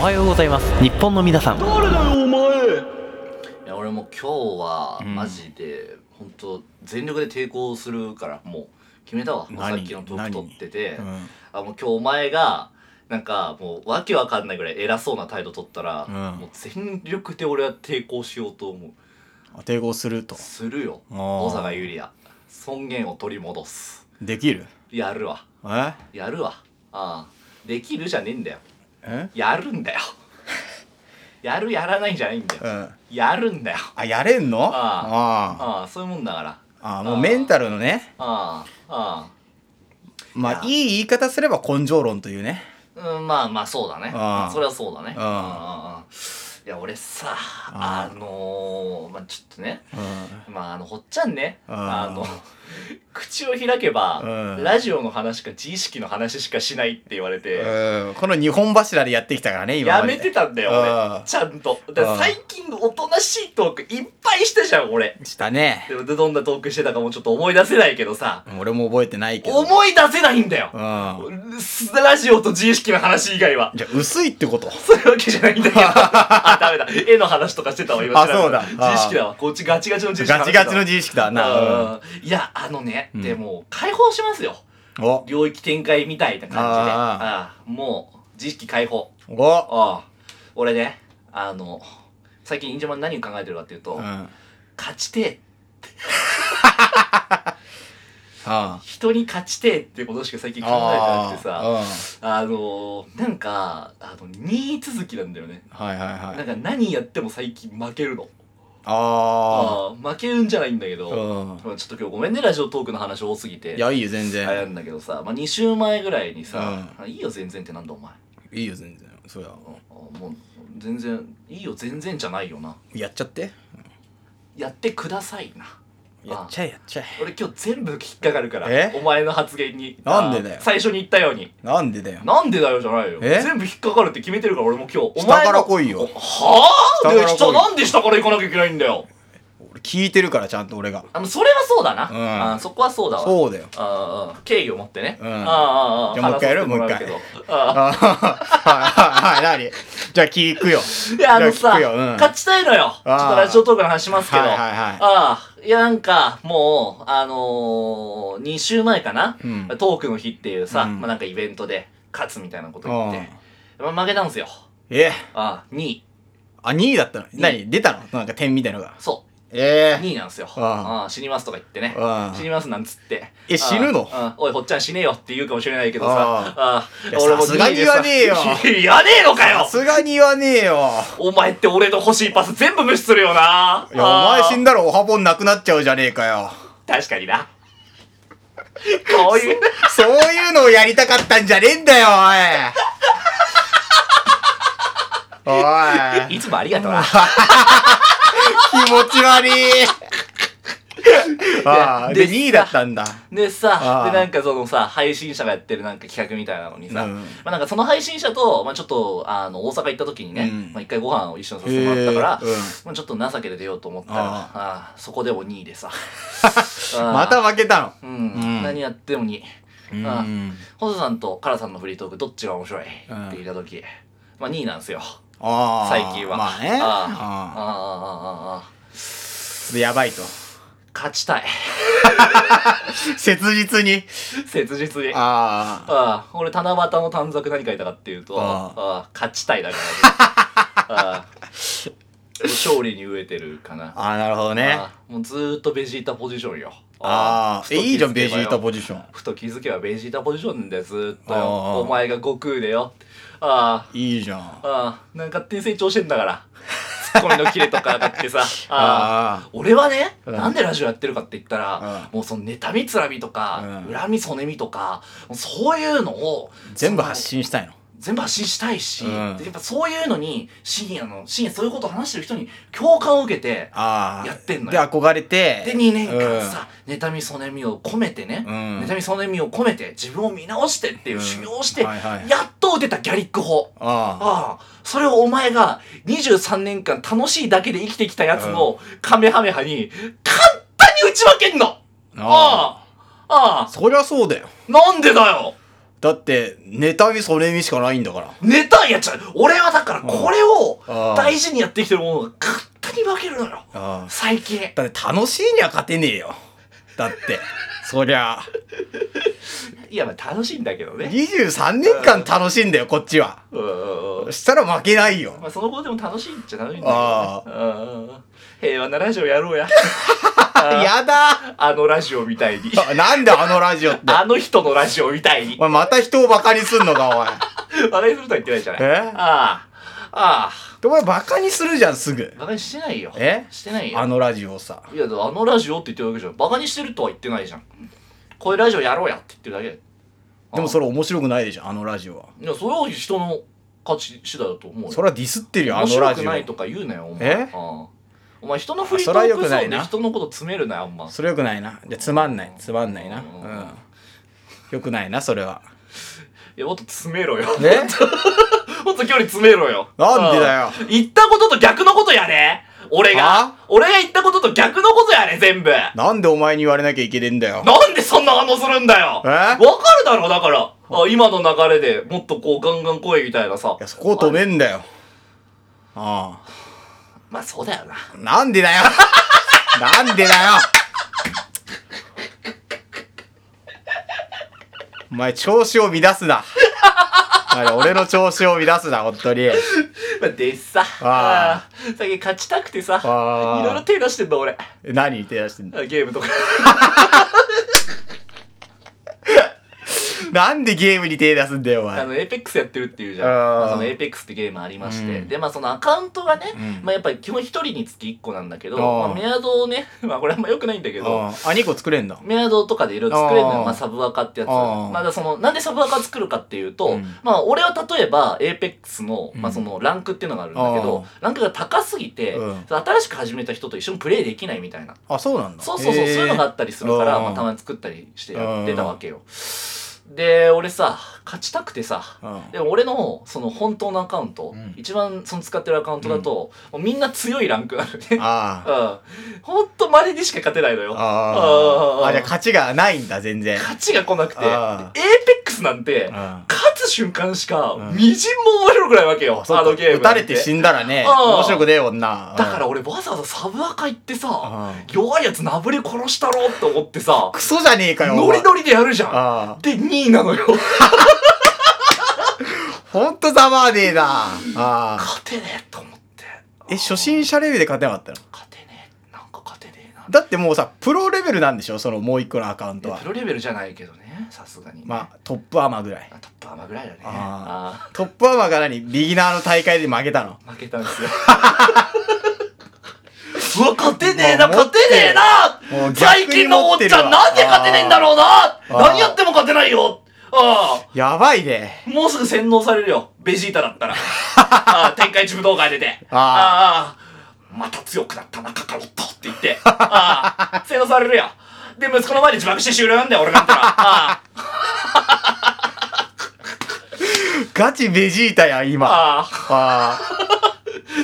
はようございます日本の皆さん誰だよお前いや俺もう今日はうんマジで本当全力で抵抗するからもう決めたわもうさっきのトーク取ってて、うんあもう今日お前がなんかもうわけわかんないぐらい偉そうな態度取ったら、うんもう全力で俺は抵抗しようと思うあ抵抗するとするよあー小坂優里也尊厳を取り戻すできるやるわえやるわああできるじゃねえんだよえやるんだ よやるやらないじゃないんだよ、うんやるんだよあやれんのああああそういうもんだからああもうメンタルのねああまあいやいい言い方すれば根性論というねああうんまあまあそうだねあーそれはそうだねあーあーいや俺さああのー、まあちょっとねうんまああのほっちゃんねああーの 口を開けばうんラジオの話か自意識の話しかしないって言われてうんこの日本柱でやってきたからね今やまでめてたんだよあ俺ーちゃんとだからあー最近おとなしいトークいっぱいしたじゃん俺したねででどんなトークしてたかもちょっと思い出せないけどさ俺も覚えてないけど思い出せないんだようんじゃラジオと自意識の話以外は。 あ薄いってことそういうわけじゃないんだけ ど。あ、ダメだ。絵の話とかしてたわ、今。あそうだ自意識だわ。こっちガチガチの自意識ガチガチの自意識だな、うんいや、あのね、うんでも、解放しますよ。うん、お領域展開みたいな感じで。あああもう、自意識解放。おああ俺ね、あの、最近、インジャマン何を考えてるかっていうと、うん勝ちてえ、あ人に勝ちてえってことしか最近考えてなくてさ、あのー、なんか、あの、2位続きなんだよね。はいはいはなんいか何やっても最近負けるの。あああ負けるんじゃないんだけあど、うんまあちょっと今日ごめんね、ラジオトークの話多すぎて。いやいいよ全あれな然んだけどさ、まあ、2週前ぐらいにさ、いいよ、全然ってなんだお前。いいよ全然そうやあもう、全然、いいよ、全然じゃないよな。やっちゃってやってくださいな。やっちゃえやっちゃ俺今日全部引っかかるからえ、お前の発言に。なんでだよあ最初に言ったように。えなんでだよなんでだよじゃないよ。え全部引っかかるって決めてるから俺も今日。お下前からの来いよは下ぁから来いで下なんで下から行かなきゃいけないんだよ。俺聞いてるからちゃんと俺があの、それはそうだな。うんあそこはそうだわ。そうだよああ、敬意を持ってね。うんああああ、じゃあもう一回やる話させてもうもらうけど。あああはいはいはい何じゃあ聞くよいや、あのさ、じゃあ聞くようん勝ちたいのよ。ちょっとラジオトークの話しますけど。はいはいはいああ、いや、なんか、もう、あのー、2週前かな、うんトークの日っていうさ、うんまあ、なんかイベントで、勝つみたいなこと言って、まあ、負けたんですよ。えああ、2位。あ2位だったの位何出たのなんか点みたいのがそえう、2位なんですよ。あああ死にますとか言ってね。ああ死にますなんつって。え死ぬのああおい、ほっちゃん死ねよって言うかもしれないけどさ。ああいやさすがに言わねえよ 言わねえのかさよすがに言わねえよお前って俺の欲しいパス全部無視するよないやお前死んだ。だらおはぼんなくなっちゃうじゃねえかよ確かにな。こういう、そういうのをやりたかったんじゃねえんだよおい おいいつもありが とうな。気持ち 悪いああでで2位だったんだであさ、あでなんかそのさ、配信者がやってるなんか企画みたいなのにさ、うんまあなんかその配信者と、まあちょっと、あの、大阪行った時にね、うんまあ一回ご飯を一緒にさせてもらったから、へえうんまあちょっと情けで出ようと思ったら、あああそこでも2位でさ。 ああまた負けたのうん、うん何やっても2位。うんあ細田さんとカラさんのフリートークどっちが面白いって言った時、まあ2位なんですよああ最近はまあねああああああああああちょっとやばいと勝ちたい 切実に切実にあああ俺七夕の短冊何書いたかっていうとあああ勝ちたいだから、ね、ああ 勝利に飢えてるかなあああなるほどねああもうずーっとベジータポジションよああえいいじゃんベジータションポジションふと気づけばベジータポジションでずーっとよああお前が悟空でよああいいじゃんああ、なんか勝手に成長してんだから。ツッコミのキレとかだってさ。ああ あ俺はね、うんなんでラジオやってるかって言ったら、もうその妬みつらみとか、うん恨みそねみとか、もうそういうのを、全部発信したいの全部発信したいし、うんやっぱそういうのに、深夜の、深夜そういうことを話してる人に共感を受けて、ああやってんのでよ憧れてで、2年間うんさ、妬みそねみを込めてね、うん妬みそねみを込めて、自分を見直してっていう修行をして、うんはいはいやっと打てたギャリック法。あああ、それをお前が23年間楽しいだけで生きてきたやつのカメハメハに簡単に打ち負けんのあああ、ああ、そりゃそうだよなんでだよだって、妬み、それみしかないんだから。ネタいやちゃう俺はだからこれをあー大事にやってきてるものが勝手に負けるのよあー最近だって楽しいには勝てねえよ。だって、そりゃ、いやまあ楽しいんだけどね23年間楽しいんだよ、こっちは。うんうんうんそしたら負けないよ。まあその後でも楽しいっちゃ楽しいんだけど、ね、あうんうんうん平和なラジオやろうや やだあのラジオみたいにあなんであのラジオって。あの人のラジオみたいにお前また人をバカにすんのか、おい。話題するとは言ってないじゃないえあああお前バカにするじゃん、すぐあ。バカにしてないよえしてないよあのラジオをさ。いや、あのラジオって言ってるわけじゃん。バカにしてるとは言ってないじゃん。こういうラジオやろうやって言ってるだけでもそれ面白くないでしょ、あのラジオは。いや、それは人の価値次第だと思うよ。それはディスってるよ、あ面の白ラくジオない。とか言うなよ、お前。えうんお前、人のフリートそれはー良クくゾなーいンでな人のこと詰めるなよ、あんま。それよくないな。じゃあつまんない、つまんないな。ううんん。よくないな、それは。いや、もっと詰めろよ。えもっと距離詰めろよ。なんでだようん言ったことと逆のことやれ俺がは。俺が言ったことと逆のことやれ、全部。ななんでお前に言われなきゃいけねえんだよ。んでそんな反応するんだよえわかるだろ、だから。あ今の流れでもっとこうガンガン声みたいなさい。や、そこを止めんだよ。あまあそうだよな。あ。なんでだよなんでだよお前、調子を乱すな。お前俺の調子を乱すな、本当に。まあでさ、ああー最近勝ちたくてさ、いあーろいろ手出してんだ俺。え何手出してんだゲームとか。なんでゲームに手出すんだよ、おあ前。の、エイペックスやってるっていうじゃん。あーまあそのエイペックスってゲームありまして。うんで、まあそのアカウントがね、うんまあやっぱり基本一人につき一個なんだけど、あーまあメアドをね、 まあこれあんま良くないんだけど、ああ、2個作れんだ。メアドとかでいろいろ作れるのあよ。ーまあサブアカってやつ。あーまあだその、なんでサブアカ作るかっていうと、うんまあ俺は例えばエイペックスの、まあうんそのランクっていうのがあるんだけど、ランクが高すぎて、うん新しく始めた人と一緒にプレイできないみたいな。あ、そうなんだ。そうそうそう、へえそういうのがあったりするから、うんまあ、たまに作ったりしてやってたわけよ。で、俺さ、勝ちたくてさ、うんでも俺のその本当のアカウント、うん一番その使ってるアカウントだと、もうみんな強いランクなのね。あうん。ほんと稀にしか勝てないのあ。よ。ああ。あ、じゃ勝あ勝ちがないんだ、全然。ちが来なくて、エイあーペックスなんて、あ勝つ瞬間しかう、んみじんも面白くないわけよ、あのゲーム打なたん。れて死んだらね、うん面白くねえもんな。だからうん、俺わざわざサブアカ行ってさ、うん弱いやつなぶり殺したろって思ってさ、クソじゃねえかよ。ノリノリでやるじゃん。ああ。で、2位なのよ。ほんとざまあねえな。ああ。勝てねえと思って。え、初心者レベルで勝てなかったの勝てねえ。なんか勝てねえな。だってもうさ、プロレベルなんでしょそのもう一個のアカウントはプ。ロレベルじゃないけどね、さすがに。まあ、トップアマぐらい。あ、トップアマぐらいだね。ああトップアマが何ビギナーの大会で負けたの。あー負けたんですよ。 うわ、勝てねえな、もう持勝っててねえもなう最近のおっちゃん、逆に持なっんてでるわ勝てねえんだろうなー何やっても勝てないよああやばいね。もうすぐ洗脳されるよ、ベジータだ ったら。ああ天下一武道会出て。あああ、また強くなったな、カカロットって言って。あ あ、洗脳されるよ。で、息子の前で自爆して終了なんだよ、俺なんてのは。あガチベジータやん、あ、今。あああ、あ。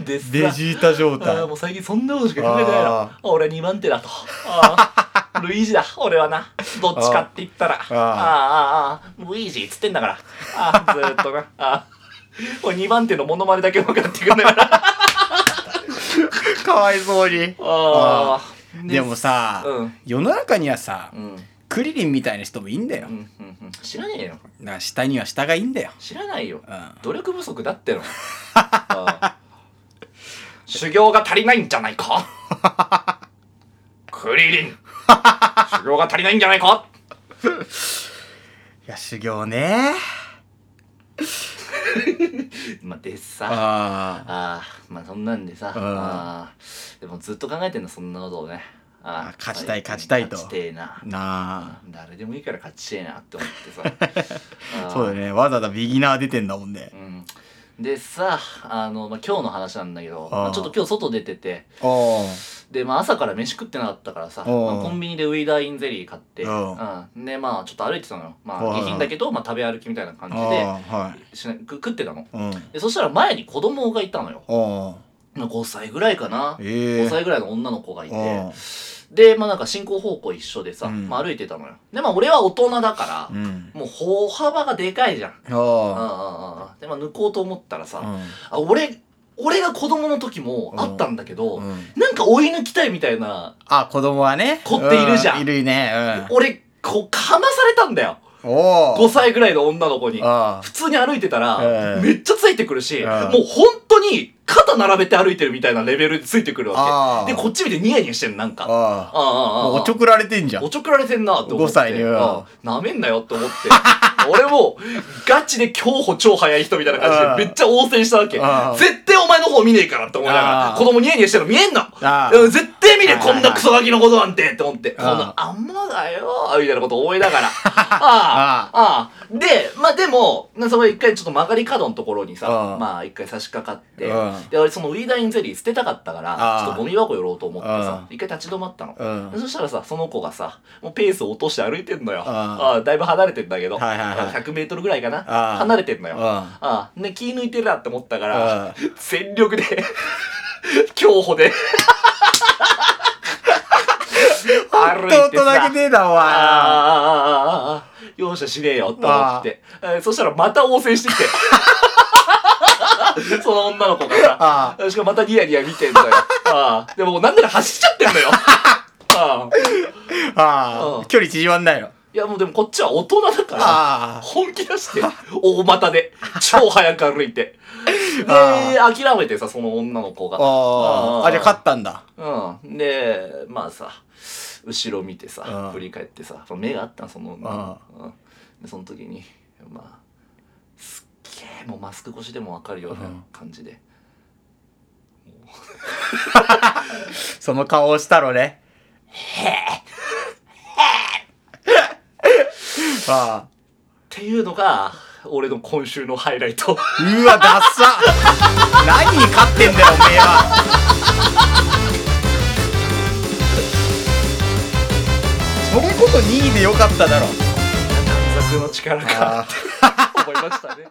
ですなベジータ状あ態あ、。もう最近そんなことしか考えてないの。ああ俺2番手 だと。ああ、ルイージだ、俺はな。どっちかって言ったら。ああ、ああ、ルイージっつってんだから。ああ、ずーっとな。ああ、俺2番手のモノマネだけ分かってくんだ から。かわいそうに。ああでもさ、うん世の中にはさ、うんうんクリリンみたいな人もいいんだよう。んうん知らねえよだから下には下がいいんだよ。知らないようん努力不足だってのああ修行が足りないんじゃない かクリリン修行が足りないんじゃないかいや、修行ね。まあでさあああまあそんなんでさうんああでもずっと考えてんのそんなことをねああ勝ちたい勝ちたいと勝ちてえなあ。な誰でもいいから勝ちてえなって思 ってさああ。あそうだよね。わざわざビギナー出てんだもんね。うん、でさあの、まあ、今日の話なんだけどあーまあちょっと今日外出てておで、まあ、朝から飯食ってなかったからさ、まあおうコンビニでウイダーインゼリー買って、ううん、でまあちょっと歩いてたのよまはいあはい下品だけど、まあ、食べ歩きみたいな感ああ。じではい。しなく食ってたのうん。でそしたら前に子供がいたのよおお。まあ5歳ぐらいかな、ええ5歳ぐらいの女の子がいておお。で、まあなんか進行方向一緒でさ、うんまあ歩いてたのよ。で、まあ俺は大人だから、うんもう歩幅がでかいじゃん。うんうんあうんうん。で、まあ抜こうと思ったらさ、ああ俺、俺が子供の時もあったんだけど、うんうんなんか追い抜きたいみたいな、あ子供はね凝っているじゃんういるね俺、こう、かまされたんだよ。うんお5お歳ぐらいの女の子に。あ普通に歩いてたら、うんめっちゃついてくるし、うんもう本当に肩並べて歩いてるみたいなレベルでついてくるわあけ。ーで、こっち見てニヤニヤしてんのなんか。あああああああもうおちょくられてんじゃんおちょくられてんなって思って。 5歳にはなめんなよって思って。 俺も、ガチで競歩超速い人みたいな感じで、めっちゃ応戦したわけあ。あ絶対お前の方見ねえからって思いながらあ、あ子供ニヤニヤしてるの見えんのああうん絶対見ねえ、はいはいこんなクソガキのことなんてって思って。こああのあんまだよみたいなこと思いな がら。あああ、ああ。で、まあでも、なそこで一回ちょっと曲がり角のところにさあ、あまあ一回差し掛かってああ、で、俺そのウィーダインゼリー捨てたかったから、ああちょっとゴミ箱寄ろうと思ってあさあ、一回立ち止まったの。うんそしたらさ、その子がさ、もうペースを落として歩いてんのよ。あああだいぶ離れてんだけど、はいはいはい100メートルぐらいかな。ああ離れてんのよ。あああね、気抜いてるなって思ったかあらあ、。全力で、 競歩で本当大人げねえなあおあ前ああああああ容赦しねえよって思って。えーそしたらまた応戦してき て。その女の子がさ。あしかもまたニヤニヤ見てんだ よ。ああでももうなんなら走っちゃってんのよ。ああああうんあ距離縮まんないのいやもうでもこっちは大人だから、あ本気出して、大股で、超速く歩い て。で、あ諦めてさ、その女の子あが。あああじゃあ勝ったんだうん。で、まあさ、後ろ見てあさあ、振り返ってさ、目があったのその女のあ子。うんで、その時に、まあ、すっげえ、もうマスク越しでもわかるような感じで。その顔をしたのねへえああっていうのが、俺の今週のハイライ ト。うわダッサ何に勝ってんだよおめえはそれこそ2位でよかっただろ短冊の力かあ思いましたね。